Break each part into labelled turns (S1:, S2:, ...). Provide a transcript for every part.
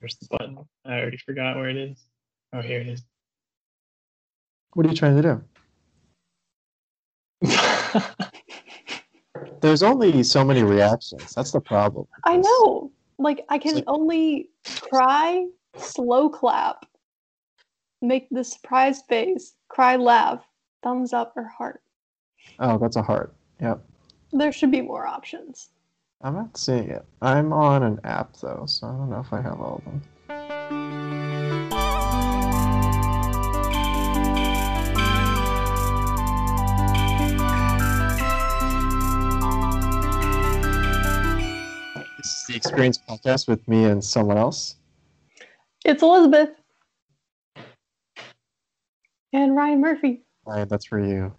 S1: Where's the button? I already forgot where it is. Oh, here it is.
S2: What are you trying to do? There's only so many reactions. That's the problem.
S3: I know. Like I can
S2: like-
S3: only cry, slow clap, make the surprised face, cry, laugh, thumbs up or heart.
S2: Oh, that's a heart. Yep.
S3: There should be more options.
S2: I'm not seeing it. I'm on an app though, so I don't know if I have all of them. This is the Experience Podcast with me and someone else.
S3: It's Elizabeth and Ryan Murphy.
S2: All right, that's for you.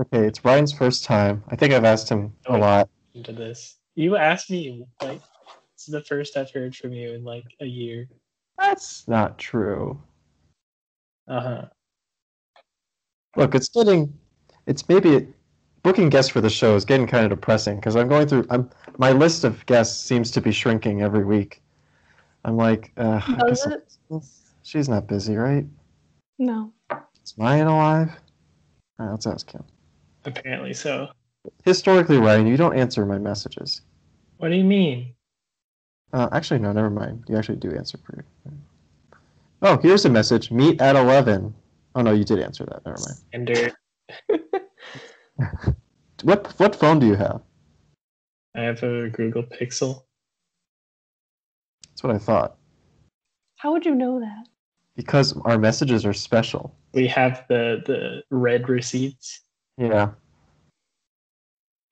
S2: Okay, it's Ryan's first time. I think I've asked him a lot.
S1: Into this. You asked me, like, this is the first I've heard from you in like a year.
S2: That's not true.
S1: Uh huh.
S2: Look, it's getting, it's maybe booking guests for the show is getting kind of depressing because I'm going through. I'm my list of guests seems to be shrinking every week. I'm like, uh, I
S3: Does
S2: guess I'm-
S3: it?
S2: she's not busy, right?
S3: No.
S2: Is Ryan alive? All right, let's ask him.
S1: Apparently so.
S2: Historically, Ryan, you don't answer my messages.
S1: What do you mean?
S2: Uh, actually, no, never mind. You actually do answer pretty. Oh, here's a message. Meet at eleven. Oh no, you did answer that. Never mind.
S1: Ender.
S2: What what phone do you have?
S1: I have a Google Pixel.
S2: That's what I thought.
S3: How would you know that?
S2: Because our messages are special.
S1: We have the the red receipts.
S2: Yeah.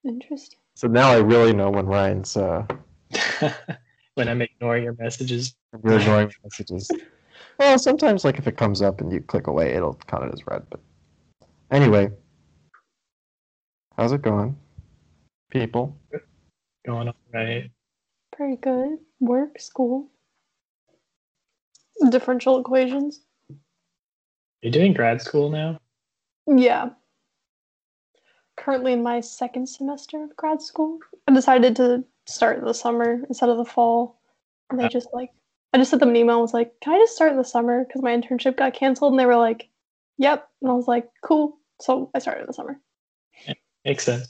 S3: Interesting.
S2: So now I really know when Ryan's uh,
S1: when I'm ignoring your messages.
S2: really ignoring messages. Well, sometimes like if it comes up and you click away, it'll count it as red. But anyway, how's it going, people?
S1: Going on right.
S3: Very good. Work, school, differential equations.
S1: You're doing grad school now?
S3: Yeah. Currently in my second semester of grad school. I decided to start in the summer instead of the fall. And they just like, I just sent them an email and was like, can I just start in the summer? Because my internship got canceled. And they were like, yep. And I was like, cool. So I started in the summer.
S1: Makes sense.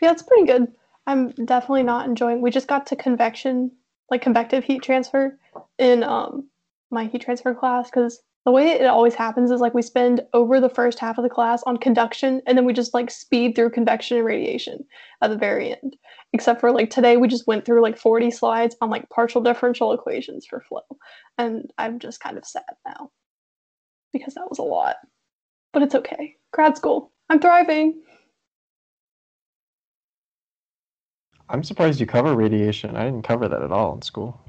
S3: Yeah, it's pretty good. I'm definitely not enjoying. We just got to convection, like convective heat transfer in um my heat transfer class because the way it always happens is like we spend over the first half of the class on conduction and then we just like speed through convection and radiation at the very end. Except for like today we just went through like 40 slides on like partial differential equations for flow. And I'm just kind of sad now because that was a lot. But it's okay. Grad school. I'm thriving.
S2: I'm surprised you cover radiation. I didn't cover that at all in school.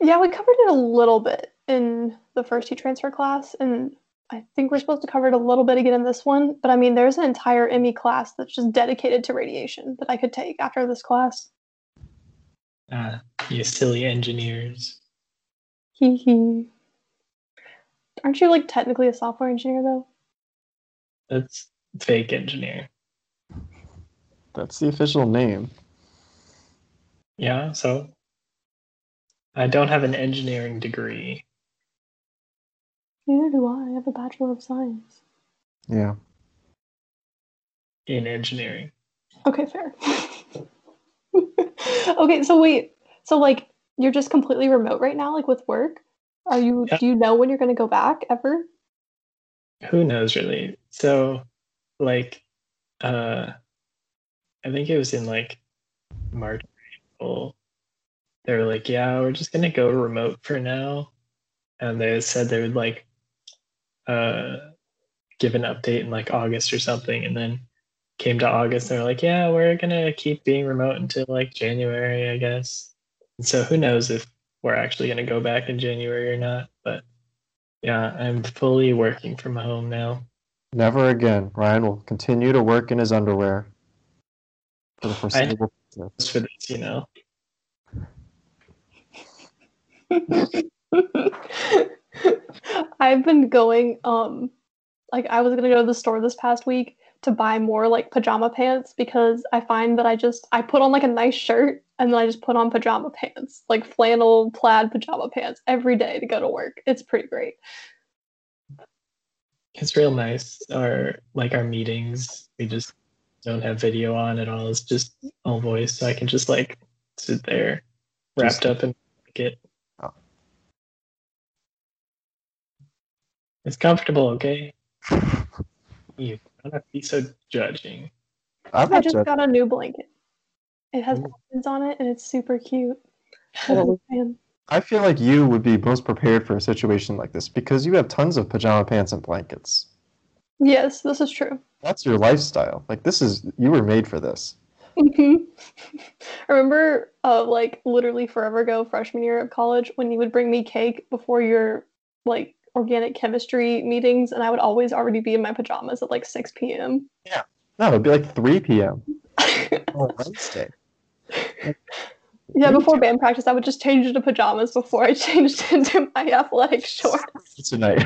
S3: Yeah, we covered it a little bit in the first heat transfer class, and I think we're supposed to cover it a little bit again in this one. But I mean, there's an entire ME class that's just dedicated to radiation that I could take after this class.
S1: Ah, you silly engineers.
S3: Hee hee. Aren't you like technically a software engineer though?
S1: That's fake engineer.
S2: That's the official name.
S1: Yeah, so I don't have an engineering degree.
S3: Neither do I. I have a Bachelor of Science.
S2: Yeah.
S1: in engineering.
S3: Okay, fair. okay, so wait. So like you're just completely remote right now, like with work? Are you
S1: Yeah.
S3: do you know when you're gonna go back ever?
S1: Who knows really? So like uh I think it was in like March April. They were like, yeah, we're just gonna go remote for now. And they said they would like uh give an update in like August or something and then came to August they were like, yeah, we're gonna keep being remote until like January, I guess. And so who knows if we're actually gonna go back in January or not, but Yeah, I'm fully working from home now.
S2: Never again. Ryan will continue to work in his underwear for the foreseeable future.
S1: Just for this, you know.
S3: I've been going um like I was gonna go to the store this past week to buy more like pajama pants because I find that I just I put on like a nice shirt and then I just put on pajama pants, like flannel plaid pajama pants every day to go to work. It's pretty great.
S1: It's real nice. Our like our meetings, we just don't have video on at all. It's just all voice, so I can just like sit there wrapped
S2: Just-
S1: up and get.
S2: Oh.
S1: It's comfortable, okay? You don't have to be so judging.
S2: I'm
S3: I
S2: not
S3: just
S2: judging.
S3: got a new blanket. It has
S1: Ooh.
S3: buttons on it and it's super cute.
S2: Well,
S3: And
S2: I feel like you would be most prepared for a situation like this because you have tons of pajama pants and blankets.
S3: yes, this is true.
S2: That's your lifestyle. Like this is you were made for this.
S3: Mhm. I remember, uh, like literally forever ago, freshman year of college, when you would bring me cake before your like organic chemistry meetings, and I would always already be in my pajamas at like six p.m.
S2: No, it'd be like 3 p.m.
S3: yeah,
S2: on Wednesday.
S3: before band practice, I would just change into pajamas before I changed into my athletic shorts.
S2: Tonight.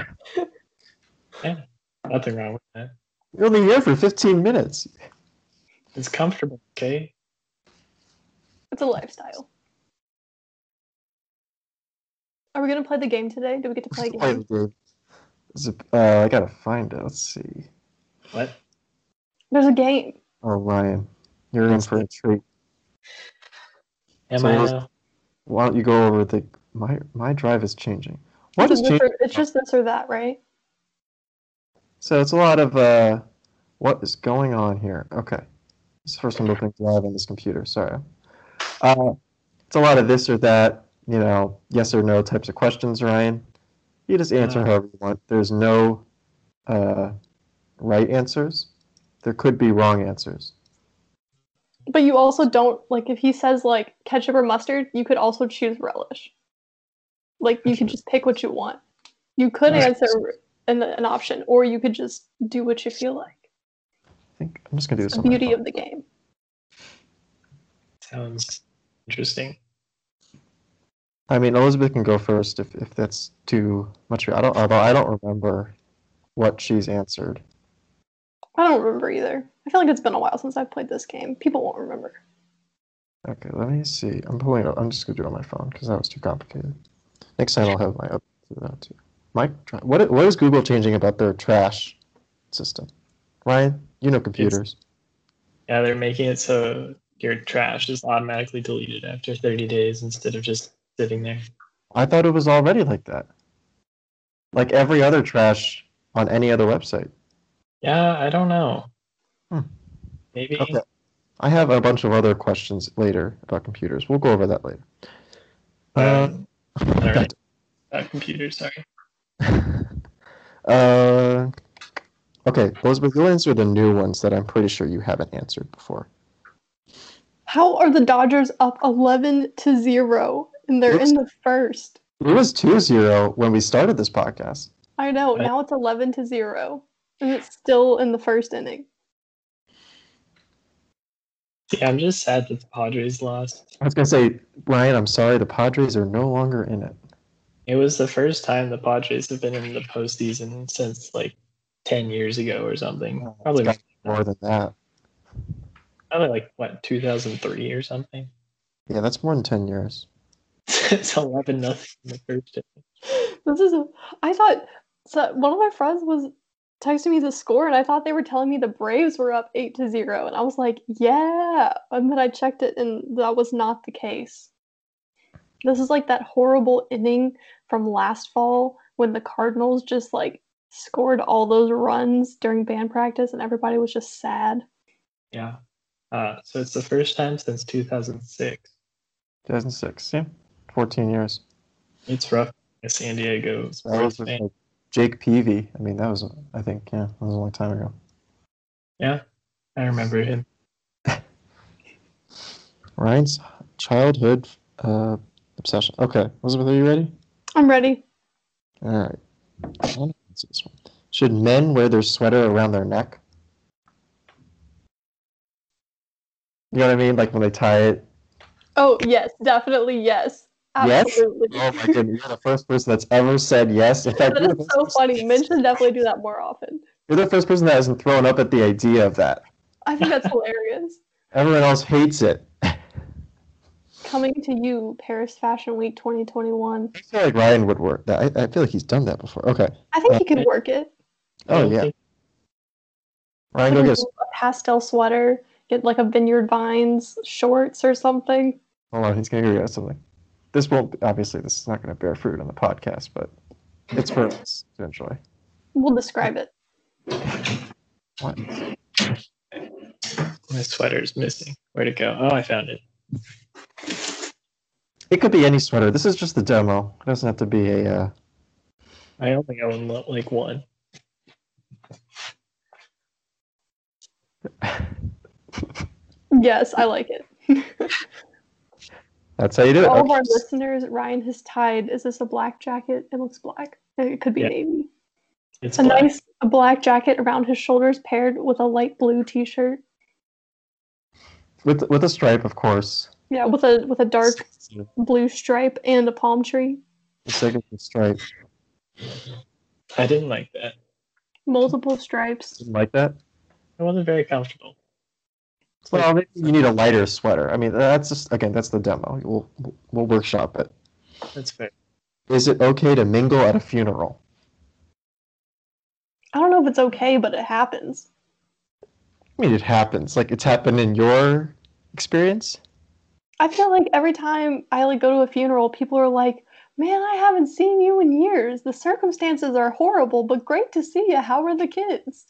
S1: Nothing wrong with that.
S2: You're only here for 15 minutes.
S1: It's comfortable, okay?
S3: It's a lifestyle. Are we gonna play the game today? Do we get to play a
S2: Play
S3: game?
S2: the game. Is it- Uh, I gotta find it. Let's see.
S1: What?
S3: There's a game.
S2: Oh, Ryan, you're in for a treat.
S1: Am
S2: So
S1: I
S2: let's-
S1: now?
S2: Why don't you go over the my my drive is changing. What
S3: it's
S2: is
S3: just this
S2: changing?
S3: or- it's just this or that, right?
S2: So it's a lot of uh, what is going on here? Okay, this is the first time opening drive on this computer. Sorry. Uh, it's a lot of this or that, you know, yes or no types of questions, Ryan. You just answer
S1: Uh.
S2: however you want. There's no uh, right answers. There could be wrong answers.
S3: But you also don't like if he says like ketchup or mustard, you could also choose relish. Like you could just pick what you want. You could
S1: Right.
S3: answer an, an option, or you could just do what you feel like.
S2: I think I'm just gonna do
S3: It's
S2: this.
S3: the
S2: on my
S3: beauty
S2: phone.
S3: of the game.
S1: Sounds interesting.
S2: I mean, Elizabeth can go first if, if that's too much. I don't. Although I don't remember what she's answered.
S3: I don't remember either. I feel like it's been a while since I've played this game. People won't remember.
S2: Okay, let me see. I'm pulling it up. I'm just gonna do it on my phone because that was too complicated. Next time I'll have my up to that too. Mike, try- what i- what is Google changing about their trash system? Ryan, you know computers.
S1: Yeah, they're making it so your trash is automatically deleted after 30 days instead of just sitting there.
S2: I thought it was already like that. Like every other trash on any other website.
S1: Yeah, I don't know.
S2: Hmm.
S1: Maybe.
S2: Okay. I have a bunch of other questions later about computers. We'll go over that later. Uh,
S1: Um, all right. Uh, computer, sorry.
S2: Uh, okay, Elizabeth, you'll answer the new ones that I'm pretty sure you haven't answered before.
S3: How are the Dodgers up eleven to zero and they're in the first?
S2: It was 2 0 when we started this podcast.
S3: I know.
S1: I-
S3: Now it's eleven to zero, and it's still in the first inning.
S1: Yeah, I'm just sad that the Padres lost.
S2: I was going to say, Ryan, I'm sorry, the Padres are no longer in it.
S1: It was the first time the Padres have been in the postseason since like 10 years ago or something.
S2: It's
S1: Probably,
S2: gotta be more than that.
S1: probably like, what, 2003 or something?
S2: Yeah, that's more than 10 years.
S1: it's 11 nothing in the first inning.
S3: This is. A, I thought so. One of my friends was texting me the score, and I thought they were telling me the Braves were up eight to zero, and I was like, "Yeah," and then I checked it, and that was not the case. This is like that horrible inning from last fall when the Cardinals just like scored all those runs during band practice, and everybody was just sad.
S1: Yeah. Uh, so it's the first time since 2006.
S2: 2006, yeah, 14 years.
S1: It's rough. San Diego
S2: That was
S1: sports
S2: with
S1: fan.
S2: like, Jake Peavy. I mean, that was, I think, yeah, that was a long time ago.
S1: Yeah, I remember him.
S2: Ryan's childhood uh, obsession. Okay, Elizabeth, are you ready?
S3: I'm ready.
S2: All right. I don't know if it's this one. Should men wear their sweater around their neck? You know what I mean? Like when they tie it.
S3: Oh yes, definitely yes,
S2: Yes?
S3: absolutely.
S2: Oh my goodness! You're the first person that's ever said yes. In fact,
S3: That
S2: you're the
S3: is
S2: first
S3: so
S2: person-
S3: funny. Men should definitely do that more often.
S2: You're the first person that hasn't thrown up at the idea of that.
S3: I think that's hilarious.
S2: Everyone else hates it.
S3: Coming to you, Paris Fashion Week 2021.
S2: I feel like Ryan would work that. I, I feel like he's done that before. Okay.
S3: I think he
S1: Uh,
S3: could work it.
S1: I
S2: Oh
S1: don't
S2: yeah.
S1: think-
S2: Ryan, go
S3: Like
S2: get.
S3: a
S2: us-
S3: pastel sweater, get like a Vineyard Vines shorts or something.
S2: Hold on, he's gonna go get us something. This won't obviously. This is not gonna bear fruit on the podcast, but it's for us eventually.
S3: We'll describe it.
S2: What?
S1: my sweater is missing. Where'd it go? Oh, I found it.
S2: It could be any sweater. This is just the demo. It doesn't have to be a. Uh,
S1: I only own lo- like one.
S3: Yes, I like it.
S2: that's how you do it.
S3: All of
S2: Okay.
S3: our listeners, Ryan has tied. Is this a black jacket? It looks black. It could be
S1: Yeah.
S3: navy.
S1: It's
S3: a
S1: black.
S3: nice a black jacket around his shoulders, paired with a light blue T-shirt.
S2: with with a stripe, of course.
S3: Yeah, with a with a dark blue stripe and a palm tree.
S2: The signature stripe.
S1: I didn't like that.
S3: Multiple stripes.
S2: Didn't like that.
S1: I wasn't very comfortable.
S2: Well, maybe you need a lighter sweater. I mean, that's just again, that's the demo. We'll we'll workshop it.
S1: That's fair.
S2: Is it okay to mingle at a funeral?
S3: I don't know if it's okay, but it happens.
S2: I mean, it happens. Like it's happened in your experience.
S3: I feel like every time I like go to a funeral, people are like, "Man, I haven't seen you in years. The circumstances are horrible, but great to see you. How are the kids?"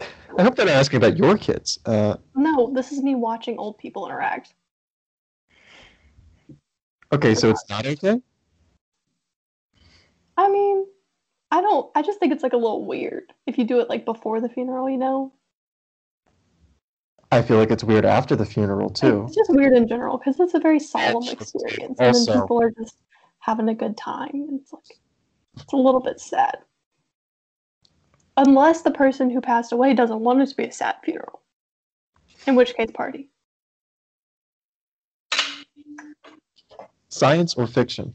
S2: I hope they're not asking about your kids. Uh,
S3: No, this is me watching old people interact.
S2: okay, so it's not okay.
S3: I mean, I don't. I just think it's like a little weird if you do it like before the funeral. You know,
S2: I feel like it's weird after the funeral too.
S3: it's just weird in general because it's a very solemn
S2: That's true.
S3: experience, and
S2: Also-
S3: then people are just having a good time. And it's like it's a little bit sad, unless the person who passed away doesn't want it to be a sad funeral, in which case, party.
S2: Science or fiction?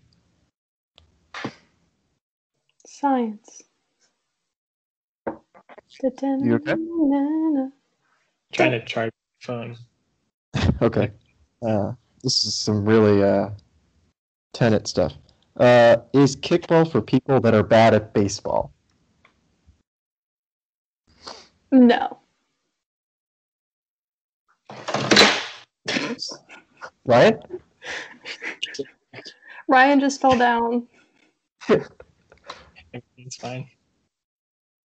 S3: Science.
S2: You okay?
S1: trying to charge my phone.
S2: Okay. Uh, this is some really uh, tenant stuff. Uh, is kickball for people that are bad at baseball?
S3: No.
S2: Right?
S3: Ryan just fell down.
S1: Everything's fine.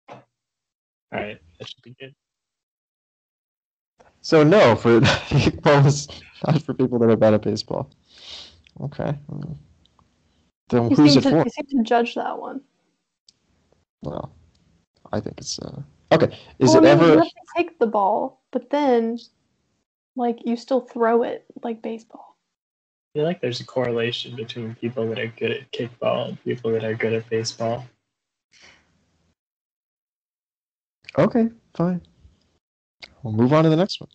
S1: All right, that should be good.
S2: So no, for kickball is not for people that are bad at baseball. Okay. Then
S3: You
S2: who's
S3: seem,
S2: it
S3: to,
S2: for?
S3: you seem to judge that one.
S2: Well, I think it's uh, okay. Is
S3: Well,
S2: it
S3: I mean, You
S2: ever
S3: have to take the ball, but then, like, you still throw it like baseball.
S1: I feel like there's a correlation between people that are good at kickball and people that are good at baseball.
S2: okay? Fine. We'll move on to the next one.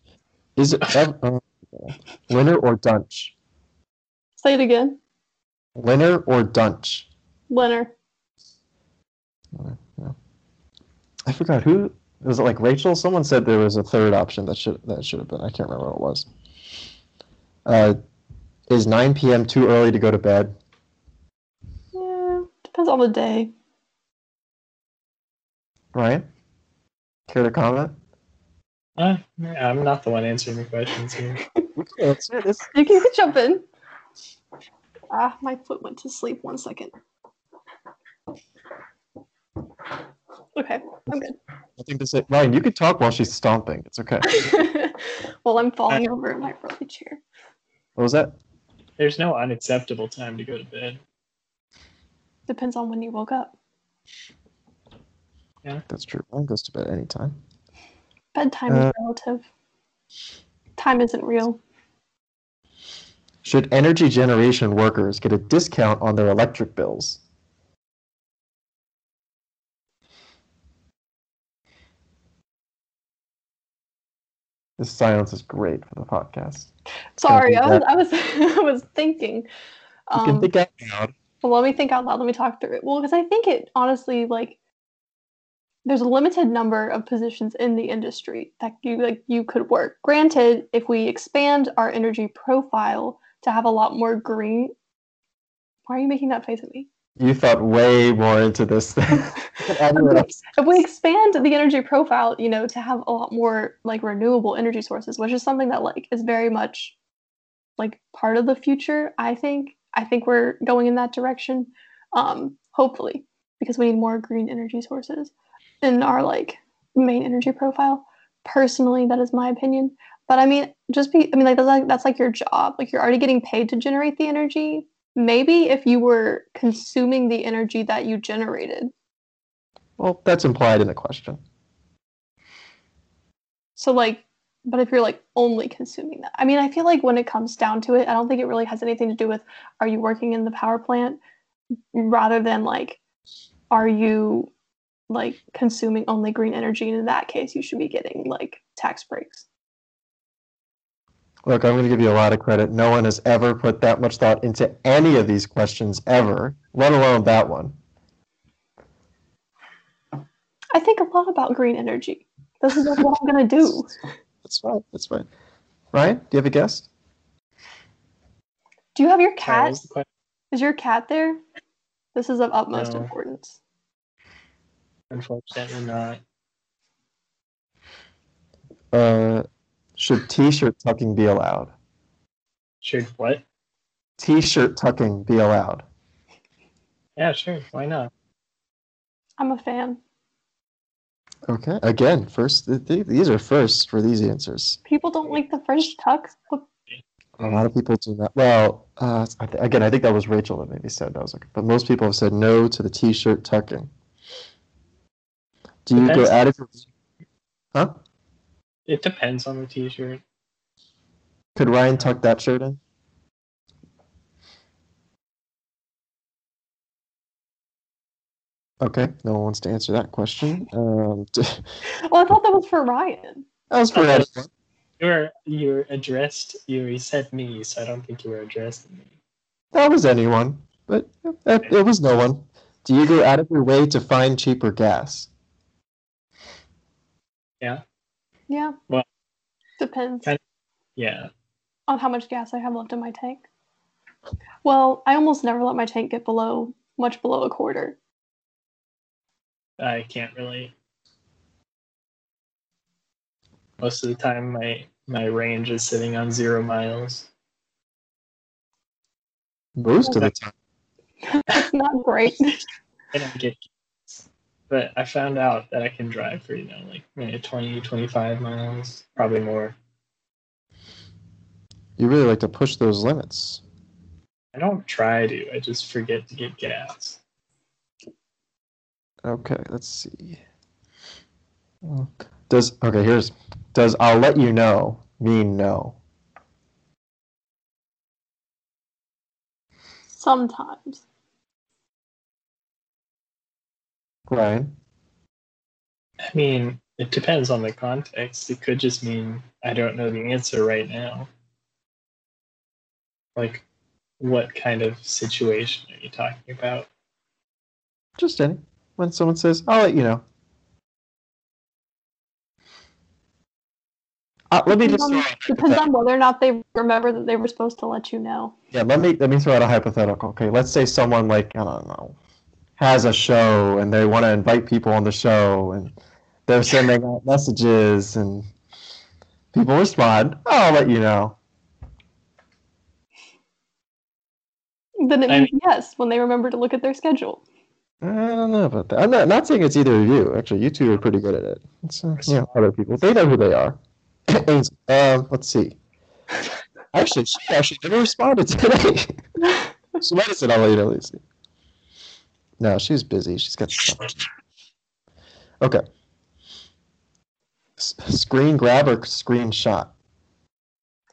S2: Is it ever, uh, winner or dunch?
S3: Say it again,
S2: Winner or dunch?
S3: Leonard.
S2: I forgot who was it. Like Rachel, someone said there was a third option that should that should have been. I can't remember what it was. Uh, is 9 p.m. too early to go to bed?
S3: Yeah, depends on the day.
S2: Ryan, care to comment?
S1: Uh, I'm not the one answering the questions here.
S3: You can, you can jump in. Ah, my foot went to sleep. One second. Okay, I'm
S2: Nothing to say. Ryan, you could talk while she's stomping. It's okay.
S3: good. well, I'm falling over in my rolly chair.
S2: What was that?
S1: There's no unacceptable time to go to bed.
S3: Depends on when you woke up.
S2: That's true. Ryan goes to bed anytime.
S3: Bedtime
S2: Uh,
S3: is relative. Time isn't real.
S2: Should energy generation workers get a discount on their electric bills? This silence is great for the podcast. gonna
S3: Sorry,
S2: be
S3: I was, I was, I was thinking.
S2: You can
S3: Um,
S2: think out loud.
S3: well, let me think out loud. Let me talk through it. Well, because I think it honestly, like, there's a limited number of positions in the industry that you like you could work. Granted, if we expand our energy profile to have a lot more green, why are you making that face at me?
S2: You thought way more into this than anyone else.
S3: If we expand the energy profile, you know, to have a lot more like renewable energy sources, which is something that like is very much like part of the future, I think. I think we're going in that direction. Um, hopefully, because we need more green energy sources in our like main energy profile. Personally, that is my opinion. But I mean, just be I mean like that's like that's like your job. Like you're already getting paid to generate the energy. Maybe if you were consuming the energy that you generated.
S2: Well, that's implied in the question.
S3: So like but if you're like only consuming that. I mean, I feel like when it comes down to it, I don't think it really has anything to do with are you working in the power plant rather than like are you like consuming only green energy and in that case you should be getting like tax breaks
S2: Look, I'm going to give you a lot of credit. No one has ever put that much thought into any of these questions ever, let alone that one.
S3: i think a lot about green energy this is what i'm going to do
S2: That's fine. That's fine. Ryan, do you have a guess?
S3: do you have
S1: Sorry,
S3: your
S1: what
S3: cat
S1: was the question?
S3: is your cat there this is of utmost
S1: No.
S3: importance
S1: Unfortunately, not.
S2: Uh, should t-shirt tucking be allowed?
S1: Sure. What?
S2: T-shirt tucking be allowed?
S1: Yeah, sure. Why not?
S3: i'm a fan
S2: Okay. Again, first th- th- these are first for these answers.
S3: people don't like the french tux but
S2: A lot of people do not. Well, uh, I th- again, I think that was Rachel that maybe said that was okay. But most people have said no to the t-shirt tucking. Do you go
S1: Depends.
S2: out of your? Huh?
S1: It depends on the T-shirt.
S2: Could Ryan tuck that shirt in? Okay, no one wants to answer that question. Um, that
S3: well i thought that was for ryan
S2: was for
S1: Okay.
S2: everyone.
S1: You were you were addressed. You said me, so I don't think you were addressing me.
S2: That was anyone, but it, it was no one. Do you go out of your way to find cheaper gas?
S3: yeah
S1: Well,
S3: depends
S1: kind Yeah.
S3: on how much gas i have left in my tank well i almost never let my tank get below much below a quarter
S1: I can't really. Most of the time, my my range is sitting on zero miles.
S2: Most of the time.
S3: that's not great
S1: I don't get, gas. but I found out that I can drive for you know like maybe 20, 25 miles, probably more.
S2: You really like to push those limits.
S1: I don't try to. I just forget to get gas.
S2: Okay, let's see. Mm. Does okay? Here's does I'll let you know mean no?
S3: sometimes
S2: Ryan.
S1: I mean, it depends on the context. It could just mean I don't know the answer right now. Like, what kind of situation are you talking about?
S2: Just any. When someone says, I'll let you know. Uh, let me
S3: Depends
S2: just
S3: on- depends on whether or not they remember that they were supposed to let you know.
S2: yeah. Let me let me throw out a hypothetical. Okay, let's say someone like I don't know has a show and they want to invite people on the show and they're sending out messages and people respond. "Oh, I'll let you know.
S3: Then it
S1: I
S3: means yes when they remember to look at their schedule.
S2: I don't know about that. I'm not, not saying it's either of you. Actually, you two are pretty good at it. It's, uh, yeah, other people. They know who they are. um, let's see. Actually, she actually never responded today. she might have said, I'll let you know, Lucy. No, she's busy. She's got stuff. Okay. S- screen grab or screenshot?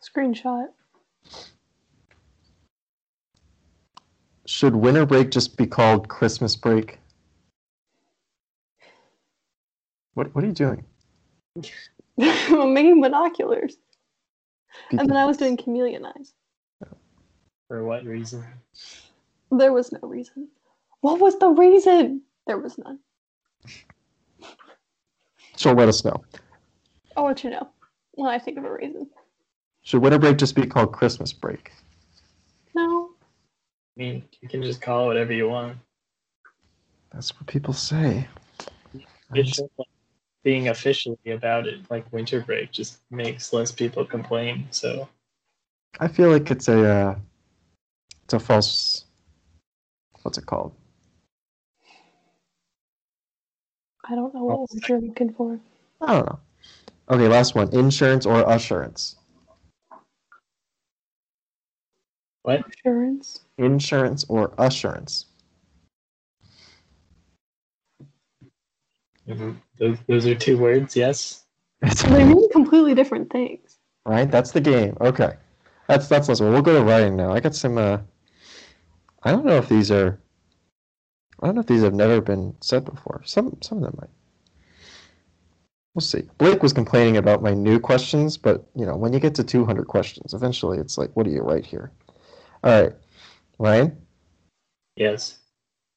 S3: Screenshot.
S2: Should winter break just be called Christmas break? What, what are you doing?
S3: I'm making binoculars. And then I was doing chameleon eyes.
S1: For what reason?
S3: There was no reason. What was the reason? There was none.
S2: she'll let us know.
S3: I'll let you know when I think of a reason.
S2: Should winter break just be called Christmas break?
S3: No.
S1: I mean, you can just call it whatever you want.
S2: That's what people say.
S1: It's just like being officially about it, like winter break, just makes less people complain. So
S2: I feel like it's a uh, it's a false. What's it called?
S3: I don't know what
S2: Oh.
S3: word you're looking for.
S2: I don't know. Okay, last one: insurance or assurance?
S1: what?
S3: Insurance.
S2: Insurance or assurance?
S1: Those, those are two words. Yes.
S3: They mean completely different things.
S2: right. That's the game. Okay, that's that's last one. We'll go to writing now. I got some. Uh, I don't know if these are. I don't know if these have never been said before. Some some of them might. We'll see. Blake was complaining about my new questions, but you know, when you get to 200 questions, eventually it's like, what do you write here? All right, Ryan,
S1: Yes.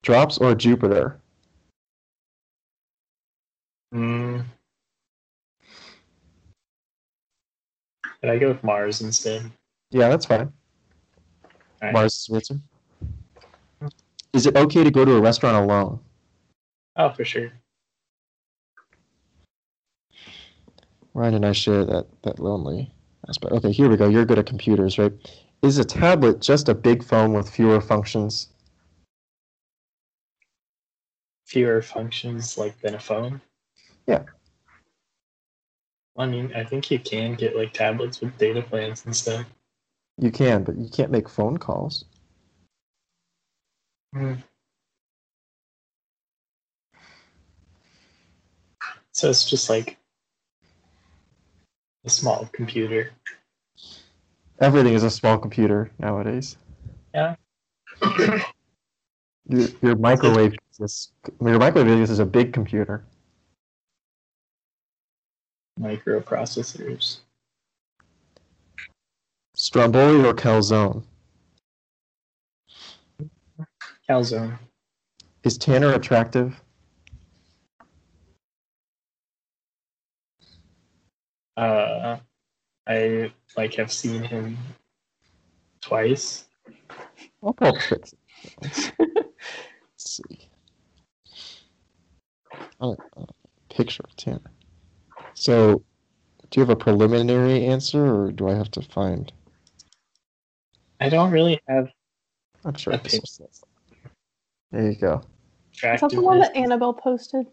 S2: drops or Jupiter?
S1: Mm. Can I go with Mars instead?
S2: Yeah, that's fine.
S1: All right.
S2: Mars is the answer. Is it okay to go to a restaurant alone?
S1: Oh, for sure.
S2: Ryan and I share that that lonely aspect. Okay, here we go. You're good at computers, right? Is a tablet just a big phone with fewer functions?
S1: Fewer functions like than a phone.
S2: Yeah.
S1: I mean, I think you can get like tablets with data plans and stuff.
S2: You can, but you can't make phone calls.
S1: So it's just like a small computer.
S2: Everything is a small computer nowadays.
S1: Yeah.
S2: Your, your microwave is your microwave is a big computer.
S1: Microprocessors.
S2: Stromboli or calzone?
S1: Calzone.
S2: Is Tanner attractive?
S1: Uh, I like have seen him twice.
S2: I'll pull tricks. Let's see. I don't- I don't- picture of Tanner. So, do you have a preliminary answer, or do I have to find?
S1: I don't really have
S2: I'm sure.
S1: A pic-
S2: this is- There you go.
S3: Is that the one
S1: attractiveness.
S3: that Annabelle posted?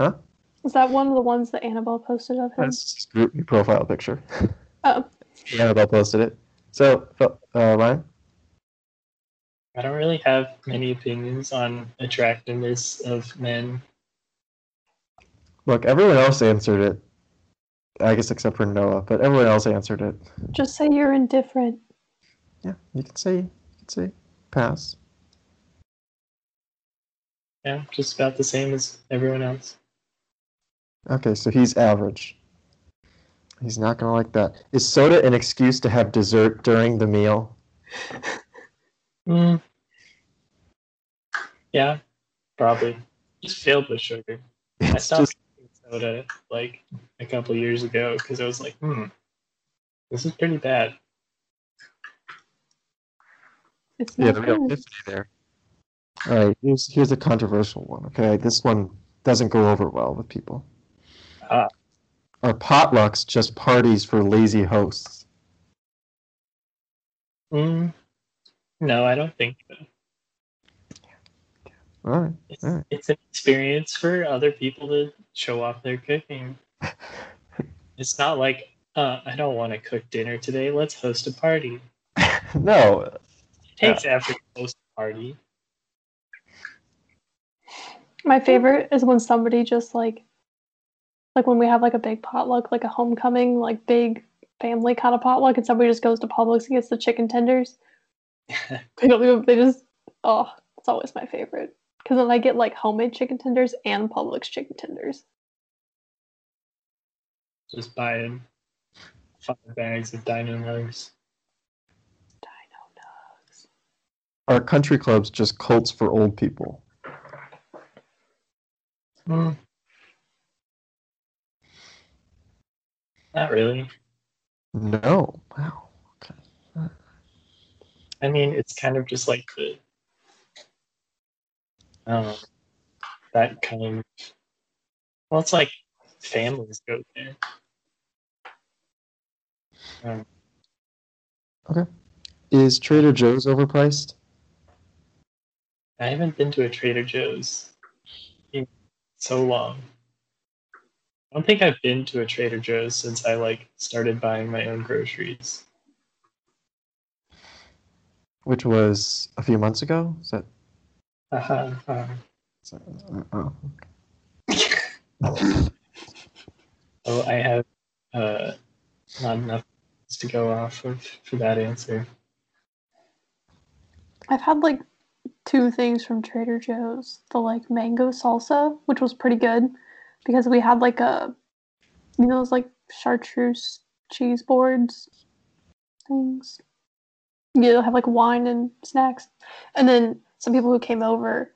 S2: Huh?
S3: Is that one of the ones that Annabelle posted of him?
S2: That's just group your profile picture.
S3: Oh,
S2: Annabelle posted it. So, uh, Ryan,
S1: I don't really have many opinions on attractiveness of men.
S2: look, everyone else answered it. I guess except for Noah, but everyone else answered it.
S3: just say you're indifferent.
S2: Yeah, you can say, you can say, pass.
S1: Yeah, just about the same as everyone else.
S2: Okay, so he's average. He's not gonna like that. Is soda an excuse to have dessert during the meal?
S1: Mm. Yeah, probably. Just filled with sugar. I
S2: It's
S1: stopped
S2: just
S1: drinking soda like a couple years ago because I was like, hmm, this is pretty bad.
S3: It's
S2: yeah,
S3: not
S2: the
S3: good.
S2: real epiphany there. All right, here's here's a controversial one. Okay, this one doesn't go over well with people.
S1: Ah.
S2: Are potlucks just parties for lazy hosts?
S1: Mm. No, I don't think so.
S2: All right,
S1: It's,
S2: Alright.
S1: it's an experience for other people to show off their cooking. it's not like, uh, I don't want to cook dinner today. Let's host a party.
S2: no,
S1: It takes effort to host a party.
S3: My favorite is when somebody just like, like when we have like a big potluck, like a homecoming, like big family kind of potluck, and somebody just goes to Publix and gets the chicken tenders. they don't even. They just. Oh, it's always my favorite because then I get like homemade chicken tenders and Publix chicken tenders.
S1: Just buying five bags of dino nugs.
S2: are country clubs just cults for old people?
S1: Mm. Not really.
S2: No. Wow. Okay.
S1: I mean, it's kind of just like the um, that kind. Of, well, it's like families go there. Um,
S2: Is Trader Joe's overpriced?
S1: I haven't been to a Trader Joe's in so long. I don't think I've been to a Trader Joe's since I like started buying my own groceries.
S2: Which was a few months ago. Is that?
S1: Uh-huh, uh-huh.
S2: Is that oh.
S1: So I have uh, not enough to go off of for that answer.
S3: I've had like two things from Trader Joe's. The like mango salsa, which was pretty good because we had like a you know those like chartreuse cheese boards things. Yeah, they'll have like wine and snacks. And then some people who came over,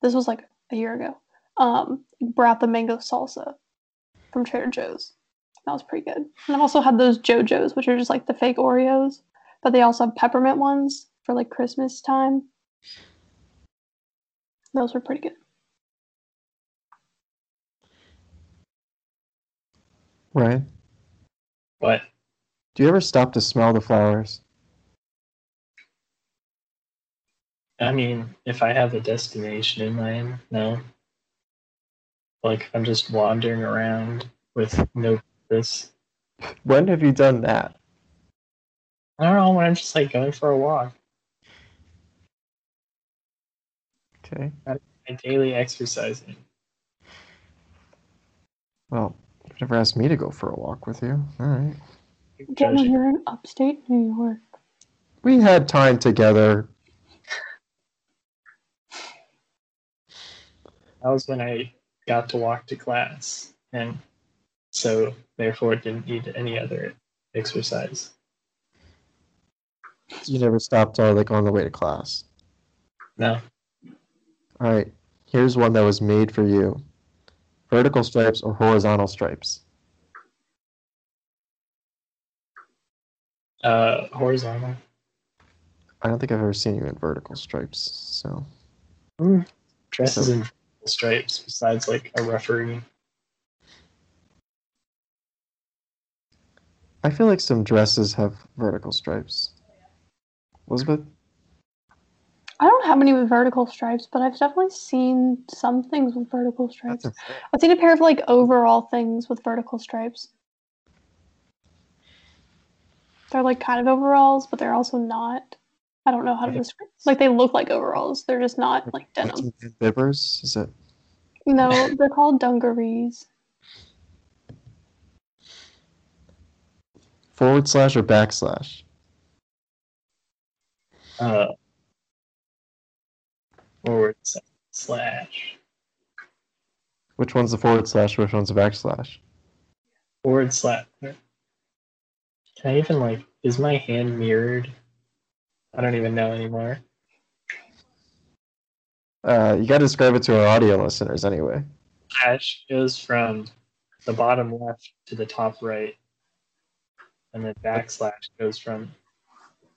S3: this was like a year ago, um, brought the mango salsa from Trader Joe's. That was pretty good. And I've also had those JoJo's, which are just like the fake Oreos, but they also have peppermint ones for like Christmas time. Those were pretty good.
S2: Ryan,
S1: But
S2: do you ever stop to smell the flowers?
S1: I mean, if I have a destination in mind, no. Like if I'm just wandering around with no purpose.
S2: When have you done that?
S1: I don't know when I'm just like going for a walk.
S2: Okay.
S1: My daily exercising.
S2: Well, you've never asked me to go for a walk with you. All right.
S3: Jenna,
S1: Judge-
S3: you're in upstate New York.
S2: We had time together.
S1: That was when I got to walk to class, and so therefore didn't need any other exercise.
S2: You never stopped uh, like on the way to class.
S1: No,
S2: All right. Here's one that was made for you. Vertical stripes or horizontal stripes?
S1: uh, horizontal.
S2: I don't think I've ever seen you in vertical stripes. So
S1: dresses in stripes besides like a referee.
S2: I feel like some dresses have vertical stripes. Elizabeth,
S3: I don't have any with vertical stripes, but I've definitely seen some things with vertical stripes.
S2: that's a
S3: I've seen a pair of like overall things with vertical stripes. They're like kind of overalls, but they're also not. I don't know how to
S1: Yeah.
S3: describe. Like they look like overalls. They're just not like denim.
S2: what's it, bibbers. Is it?
S3: No, they're called dungarees.
S2: forward slash or backslash?
S1: Uh, forward slash
S2: Which one's the forward slash? Which one's the backslash?
S1: forward slash. Can I even like? Is my hand mirrored? I don't even know anymore.
S2: Uh, you got to describe it to our audio listeners anyway.
S1: Slash goes from the bottom left to the top right, and then backslash goes from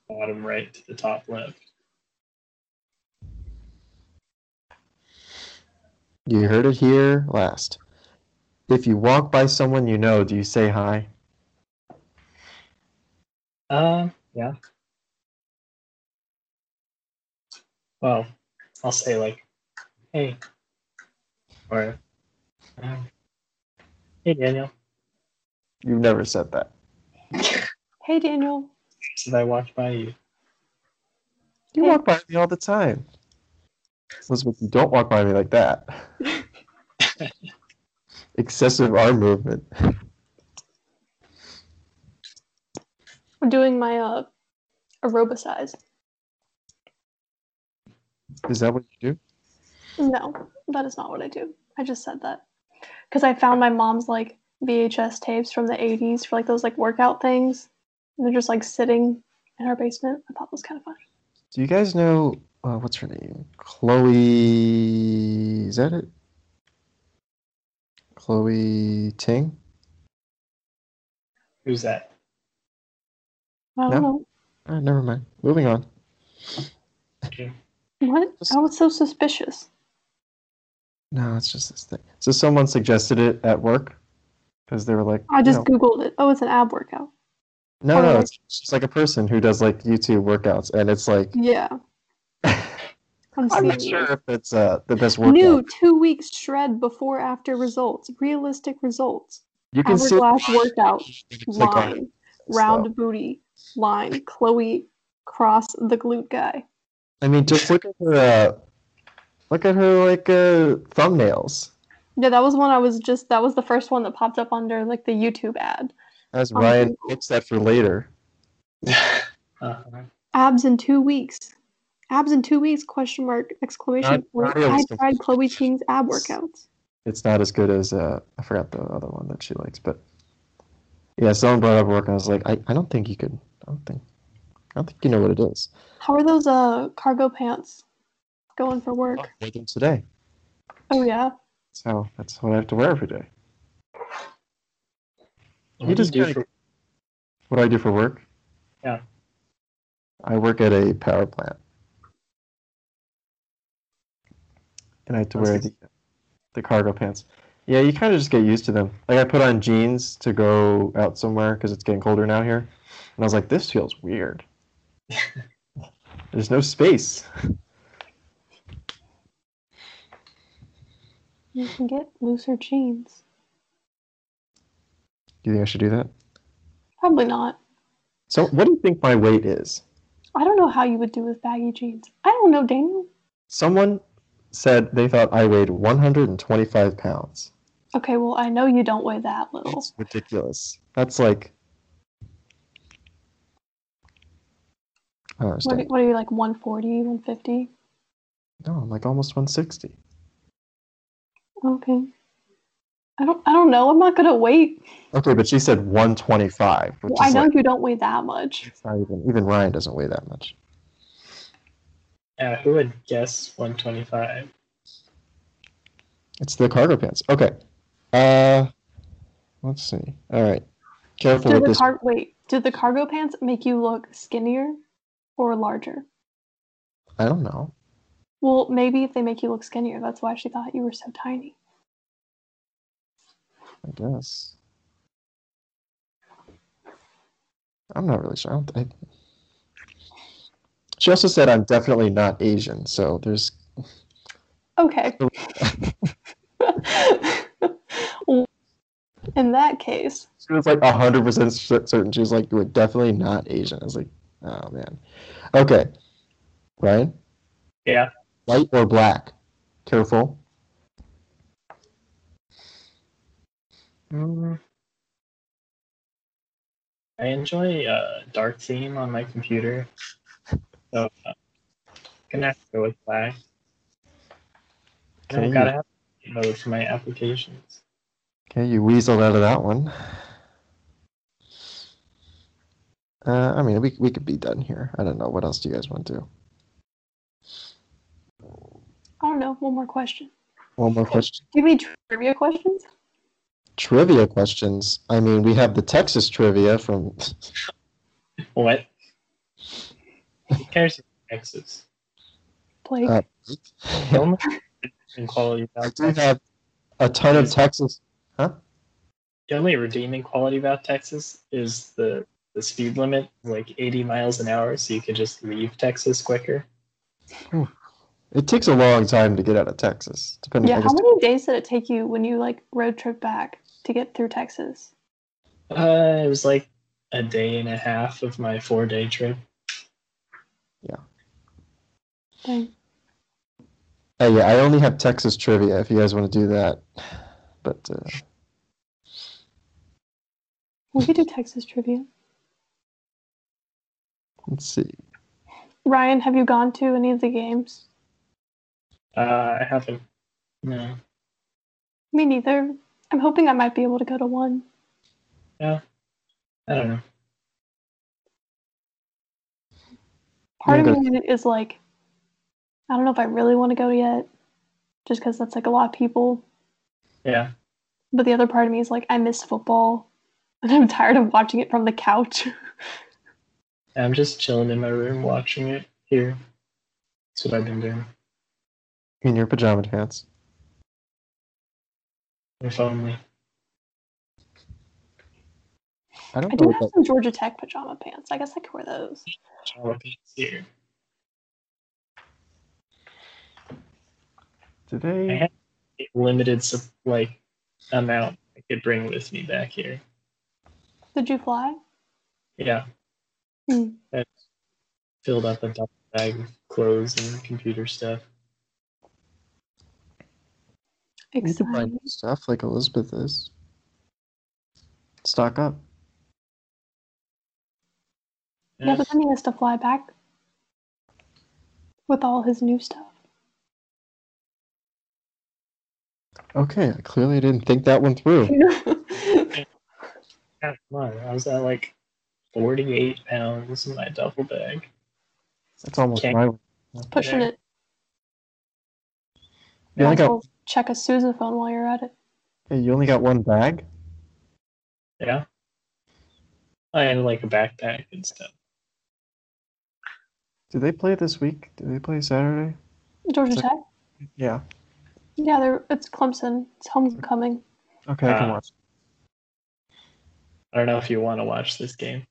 S1: bottom right to the top left.
S2: You heard it here last. If you walk by someone you know, do you say hi?
S1: Um, yeah. Well, I'll say like, "Hey," or um, "Hey, Daniel."
S2: You've never said that.
S3: Hey Daniel,
S1: Since I walked by you,
S2: You
S3: Hey.
S2: walk by me all the time. Elizabeth, you don't walk by me like that. Excessive arm movement.
S3: I'm doing my uh aerobicize.
S2: Is that what you do?
S3: No, that is not what I do. I just said that because I found my mom's like VHS tapes from the 80s for like those like workout things. And they're just like sitting in our basement. I thought that was kind of funny.
S2: Do you guys know uh, what's her name? Chloe. Is that it? Chloe Ting.
S1: Who's that?
S3: I
S2: No.
S3: don't know.
S2: Ah, never mind. Moving on.
S1: Uh,
S3: What?
S2: Just-
S3: I was so suspicious.
S2: No, it's just this thing. So someone suggested it at work because they were like,
S3: I
S2: you
S3: just
S2: know,
S3: googled it. Oh, it's an ab workout.
S2: no,
S3: Oh,
S2: no,
S3: yeah.
S2: it's just like a person who does like YouTube workouts, and it's like,
S3: Yeah. I'm,
S2: I'm
S3: seeing
S2: not
S3: it.
S2: sure if it's uh, the best workout.
S3: New two weeks shred before after results. Realistic results.
S2: you can see
S3: Hourglass workout.
S2: it's like
S3: Line.
S2: a-
S3: round
S2: so-
S3: booty. Line. Chloe cross the glute guy.
S2: I mean, just look at her. Uh, look at her like uh, thumbnails.
S3: Yeah, that was one I was just. That was the first one that popped up under like the YouTube ad.
S2: As
S3: On
S2: Ryan
S3: Google.
S2: picks that for later.
S1: Uh-huh.
S3: Abs in two weeks. Abs in two weeks? Question mark! Exclamation
S2: Not-
S3: point!
S2: not really.
S3: I tried Chloe King's ab workouts.
S2: It's not as good as uh, I forgot the other one that she likes, but yeah, someone brought up work, and I was like, I, I don't think you could. I don't think. I don't think you know what it is.
S3: How are those uh cargo pants going for work?
S2: Oh, I did today.
S3: Oh yeah,
S2: So that's what I have to wear every day.
S1: What
S2: You
S1: do
S2: just
S1: do
S2: gotta-
S1: for-
S2: What do I do for work?
S1: Yeah.
S2: I work at a power plant. And I have to
S1: That's
S2: wear the, the cargo pants. Yeah, you kind of just get used to them. Like I put on jeans to go out somewhere because it's getting colder now here. And I was like, this feels weird. There's no space.
S3: you can get looser jeans.
S2: Do you think I should do that?
S3: Probably not.
S2: So what do you think my weight is?
S3: I don't know how you would do with baggy jeans. I don't know, Daniel.
S2: Someone said they thought I weighed 125 pounds.
S3: Okay, well I know you don't weigh that little.
S2: It's ridiculous. That's like. I don't
S3: What,
S2: understand.
S3: what are you like 140, 150?
S2: No, I'm like almost 160.
S3: Okay. I don't. I don't know. I'm not gonna wait.
S2: Okay, but she said 125, which
S3: Well, I
S2: is
S3: know
S2: like,
S3: you don't weigh that much.
S2: it's not even even Ryan doesn't weigh that much.
S1: Yeah, uh, who would guess 125?
S2: It's the cargo pants. Okay. Uh, let's see. All right. Careful
S3: Did
S2: with
S3: the
S2: this.
S3: car- wait, did the cargo pants make you look skinnier or larger?
S2: I don't know.
S3: Well, maybe if they make you look skinnier, that's why she thought you were so tiny.
S2: I guess. I'm not really sure. I don't, I... She also said I'm definitely not Asian, so there's
S3: Okay. In that case,
S2: She was like hundred percent certain. She was like, "You were definitely not Asian." I was like, "Oh man." Okay, Ryan.
S1: Yeah.
S2: White or black? Careful.
S1: I enjoy uh, dark theme on my computer. So, uh, gonna have to go with black.
S2: Okay,
S1: I
S2: you-
S1: gotta have mode for my applications.
S2: Okay, you weaseled out of that one. Uh, I mean, we we could be done here. I don't know. What else do you guys want to do?
S3: I don't know. One more question.
S2: One more question.
S3: Do you have any trivia questions?
S2: Trivia questions. I mean, we have the Texas trivia from.
S1: What? Who cares about Texas?
S3: Blake,
S2: Uh,
S1: Film and quality
S2: I
S1: about
S2: do
S1: Texas.
S2: have a ton of Texas.
S1: The only redeeming quality about Texas is the the speed limit, like 80 miles an hour, so you could just leave Texas quicker.
S2: It takes a long time to get out of Texas, depending.
S3: yeah,
S2: I
S3: how
S2: guess-
S3: many days did it take you when you like road trip back to get through Texas?
S1: Uh, it was like a day and a half of my four day trip.
S3: Dang.
S2: Uh, yeah, I only have Texas trivia if you guys want to do that. But uh,
S3: We could do Texas trivia.
S2: let's see.
S3: Ryan, have you gone to any of the games?
S1: Uh, I haven't. No.
S3: Me neither. I'm hoping I might be able to go to one.
S1: I don't know.
S3: Part of
S2: Okay.
S3: me is like, I don't know if I really want to go yet, just because that's like a lot of people.
S1: Yeah.
S3: But the other part of me is like, I miss football. And I'm tired of watching it from the couch.
S1: I'm just chilling in my room watching it here. That's what I've been doing.
S2: in your pajama pants.
S1: If only.
S2: I don't
S3: I
S2: know
S3: do
S2: what
S3: have
S2: that,
S3: some Georgia Tech pajama pants. I guess I could wear those.
S1: Pajama pants here.
S2: did
S1: I
S2: they?
S1: had a limited sup- like amount I could bring with me back here.
S3: Did you fly?
S1: Yeah.
S3: Hmm.
S1: I filled up a double bag of clothes and computer stuff.
S2: You can buy
S3: Exciting.
S2: new stuff like Elizabeth is. Stock up.
S3: Yeah, but then he has to fly back with all his new stuff.
S2: Okay, I clearly didn't think that one through.
S1: Yeah, come on. I was at like 48 pounds in my duffel bag.
S2: That's almost
S1: Okay.
S2: my.
S3: Pushing it.
S2: You only got
S3: Also, check a sousaphone while you're at it.
S2: hey, you only got one bag.
S1: Yeah. I had like a backpack and stuff.
S2: Do they play this week? Do they play Saturday?
S3: Georgia
S2: Check-
S3: Tech?
S2: Yeah.
S3: Yeah, they're, it's Clemson. It's homecoming.
S2: Okay, I can
S3: Uh,
S1: Ah.
S2: watch.
S1: I don't know if you want to watch this game.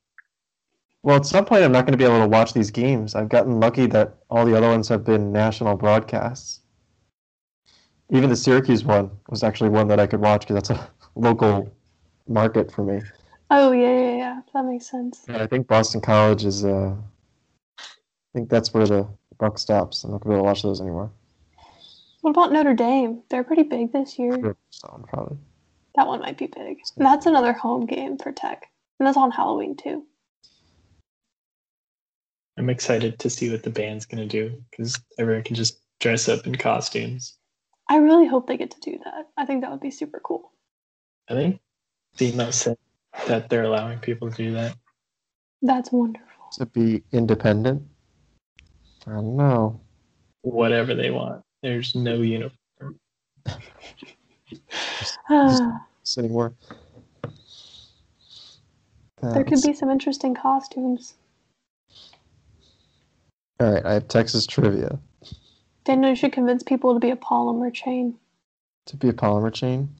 S2: Well, at some point, I'm not going to be able to watch these games. I've gotten lucky that all the other ones have been national broadcasts. Even the Syracuse one was actually one that I could watch because that's a local market for me.
S3: Oh, yeah, yeah, yeah. That makes sense.
S2: And I think Boston College is. Uh, I think that's where the buck stops. I'm not going to be able to watch those anymore.
S3: What about Notre Dame? They're pretty big this
S1: Hmm.
S3: year.
S2: So I'm probably.
S3: That one might be big. And that's another home game for Tech. And that's on Halloween, too.
S1: I'm excited to see what the band's going to do because everyone can just dress up in costumes.
S3: I really hope they get to do that. I think that would be super cool.
S1: I think FEMA said that they're allowing people to do that.
S3: That's wonderful.
S2: to be independent? I don't know.
S1: Whatever they want. There's no uniform.
S3: Ah,
S2: It's anymore.
S3: there could
S2: That's-
S3: be some interesting costumes.
S2: All right, I have Texas trivia.
S3: Daniel, you should convince people to be a polymer chain.
S2: To be a polymer chain,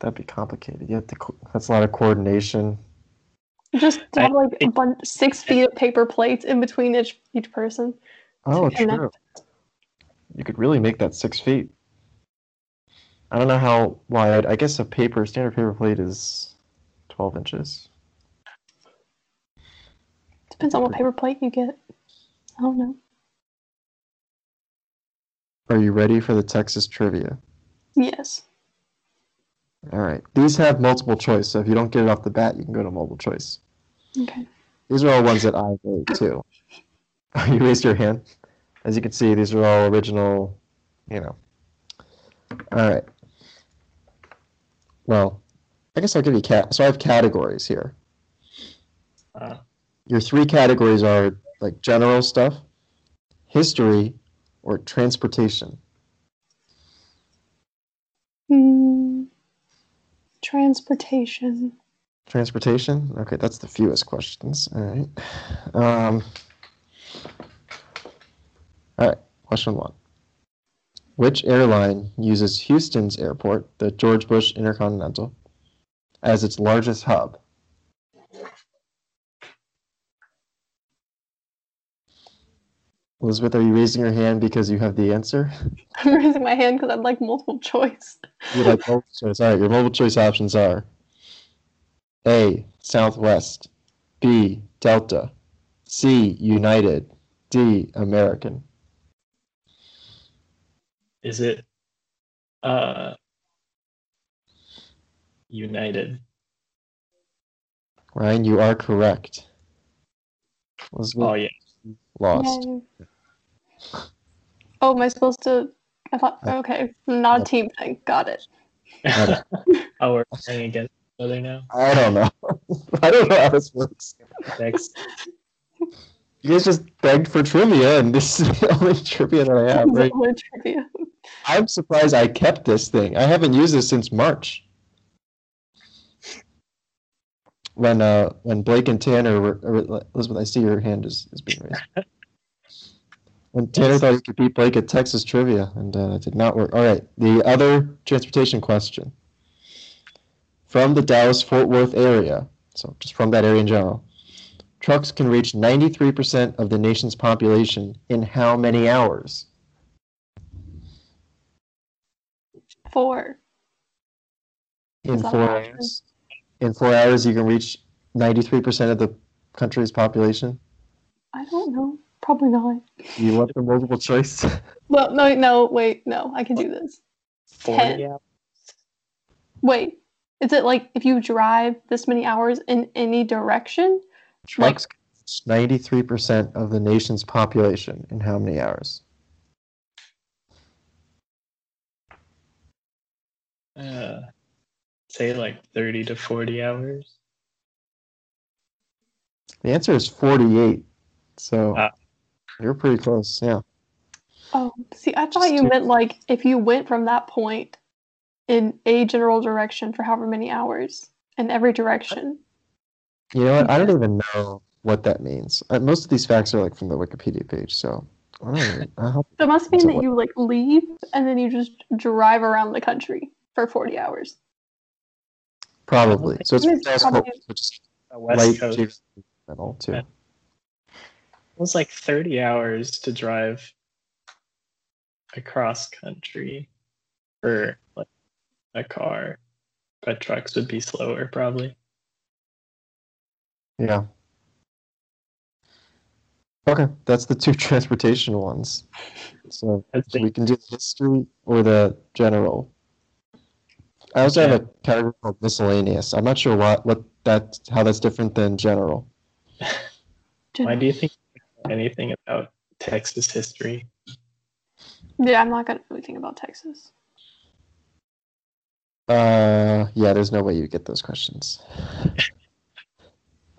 S2: that'd be complicated. You have to. co- That's a lot of coordination.
S3: Just to
S1: I
S3: have like a
S1: think-
S3: bunch, six feet of paper plates in between each each person.
S2: Oh,
S3: To connect.
S2: true. You could really make that six feet. I don't know how wide. I guess a paper standard paper plate is twelve inches.
S3: Depends
S1: Mm-hmm.
S3: on what paper plate you get. I don't know.
S2: Are you ready for the Texas trivia?
S3: Yes.
S2: All right. These have multiple choice, so if you don't get it off the bat, you can go to multiple choice.
S3: Okay.
S2: These are all ones that I made too. Oh, you raised your hand. As you can see, these are all original, you know. All right. Well, I guess I'll give you cat. So I have categories here.
S1: Uh,
S2: Your three categories are like general stuff, history, or transportation.
S3: Hmm. transportation.
S2: Transportation. Okay, that's the fewest questions. All right. Um, all right. Question one. Which airline uses Houston's airport, the George Bush Intercontinental, as its largest hub? Elizabeth, are you raising your hand because you have the answer?
S3: I'm raising my hand because I'd like multiple choice.
S2: You like multiple choice. All right, your multiple choice options are A, Southwest, B, Delta, C, United, D, American.
S1: is it uh, United?
S2: Ryan, you are correct. Was
S1: Oh, yeah.
S2: lost.
S3: Yay. Oh, am I supposed to? I thought okay, not a team thing. Got it.
S2: Okay.
S1: oh, we're playing against each other now.
S2: I don't know. I don't know how this works.
S1: Next.
S2: You guys just begged for trivia, and this is the only trivia that I have.
S3: That's
S2: Right?
S3: the only trivia.
S2: I'm surprised I kept this thing. I haven't used this since March. when uh when Blake and Tanner were or, Elizabeth, I see your hand is, is being raised. When Tanner thought he could beat Blake at Texas trivia, and uh, it did not work. All right, the other transportation question from the Dallas Fort Worth area, so just from that area in general, trucks can reach 93% of the nation's population in how many hours?
S3: Four.
S2: In
S3: Is that
S2: four
S3: right?
S2: hours. In four hours, you can reach 93% of the country's population.
S3: I don't know. Probably not.
S2: You want the multiple choice?
S3: Well, no, no, wait, no. I can do this.
S1: Forty hours.
S3: Wait, is it like if you drive this many hours in any direction? Like,
S2: Trucks can reach 93% of the nation's population in how many hours?
S1: Uh, say like thirty to forty hours.
S2: The answer is 48. So
S1: Ah.
S2: you're pretty close. Yeah.
S3: oh, see, I
S2: Just
S3: thought you
S2: do-
S3: meant like if you went from that point in a general direction for however many hours in every direction.
S2: You know what? I don't even know what that means. Uh, most of these facts are like from the Wikipedia page, so I don't even- I hope-
S3: That must mean
S2: So
S3: that
S2: what-
S3: you like leave and then you just drive around the country for 40 hours.
S2: probably. So it's
S3: It's
S2: fast
S3: probably-
S2: forward, which is
S1: The West
S2: light
S1: Coast
S2: geography metal too.
S1: Yeah. it was like thirty hours to drive across country for like a car, but trucks would be slower probably.
S2: Yeah. Okay, that's the two transportation ones. So
S1: I
S2: we
S1: think
S2: can do the history or the general. I also have a category called miscellaneous. I'm not sure what what that how that's different than general.
S1: why do you think anything about Texas history?
S3: Yeah, I'm not gonna really think about Texas.
S2: Uh, yeah, there's no way you get those questions.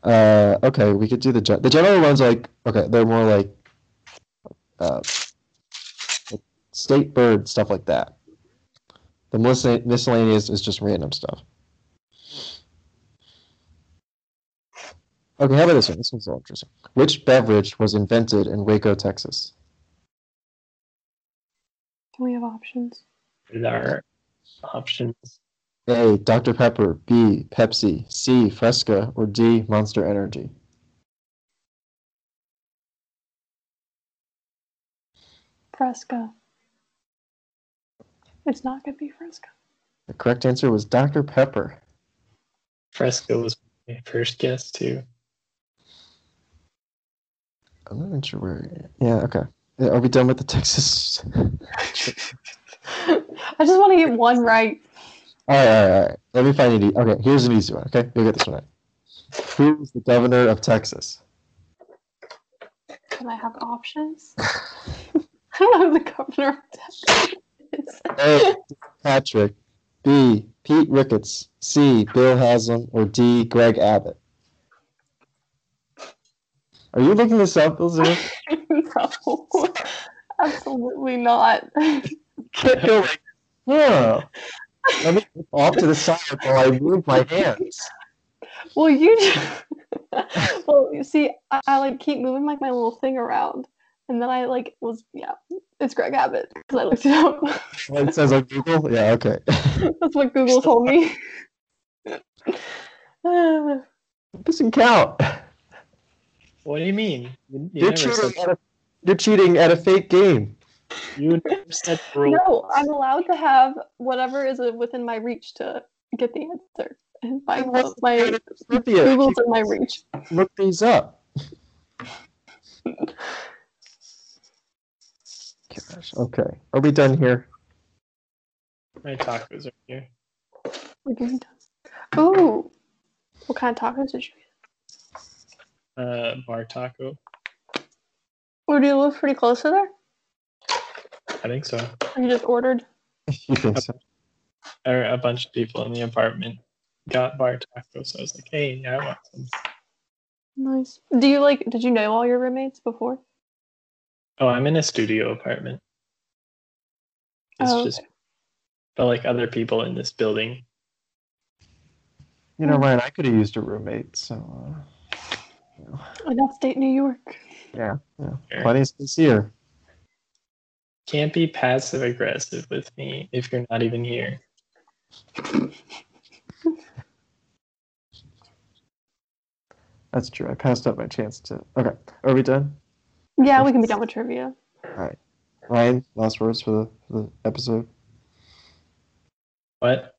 S2: Uh, okay, we could do the gen- the general ones are like okay, they're more like uh, like state bird stuff like that. The miscell- miscellaneous is just random stuff. Okay, how about this one? This one's interesting. Which beverage was invented in Waco, Texas?
S3: Can we have options?
S1: There are options.
S2: A. Dr. Pepper. B. Pepsi. C. Fresca. Or D. Monster Energy.
S3: Fresca. It's not gonna be Fresca.
S2: The correct answer was Dr. Pepper.
S1: Fresco was my first guess too.
S2: I'm not even sure where. Yeah, okay. Yeah, Are we done with the Texas? all
S3: I just want to get one right.
S2: right, all right, all right. Let me find an easy. Okay, here's an easy one. Okay, you'll get this one right. Who was the governor of Texas?
S3: Can I have options? I don't know the governor of Texas. is.
S2: A. Patrick. B. Pete Ricketts. C. Bill Haslam. Or D. Greg Abbott. Are you looking this up, Elizabeth?
S3: no, absolutely not.
S2: Can't go like, huh. Let me look off to the side while I move my hands.
S3: Well, you. Just, well, you see, I, I like keep moving like my little thing around, and then I like was yeah, it's Greg Abbott because I looked it up.
S2: Well, it says on Google. Yeah, okay.
S3: That's what Google told me. Uh,
S2: Doesn't count.
S1: What do you mean? You, you
S2: You're
S1: never
S2: cheating,
S1: said
S2: at a, you're cheating at a fake game.
S1: you never said rules.
S3: no, I'm allowed to have whatever is uh, within my reach to get the answer. And my
S2: What's
S3: my
S2: the trivia?
S3: Google's in my reach.
S2: Look these up. Gosh, okay. Are we done here?
S1: My tacos are here.
S3: What do you do? Ooh, what kind of tacos did you? get?
S1: Uh, bar taco.
S3: Or do you live pretty close to there?
S1: I think so.
S3: Or you just ordered?
S2: You think so?
S1: Or a bunch of people in the apartment got bar tacos. So I was like, hey, yeah, I want some.
S3: Nice. Do you like? Did you know all your roommates before?
S1: Oh, I'm in a studio apartment. It's
S3: Oh,
S1: just, but like other people in this building.
S2: You know, Ryan, I could have used a roommate, so
S3: in upstate New York.
S2: uh,
S1: Sure.
S2: plenty of space here.
S1: Can't be passive aggressive with me if you're not even here.
S2: That's true. I passed up my chance to. Okay, are we done?
S3: Yeah, we can be done with trivia.
S2: All right, Ryan, last words for the, for the episode.
S1: What?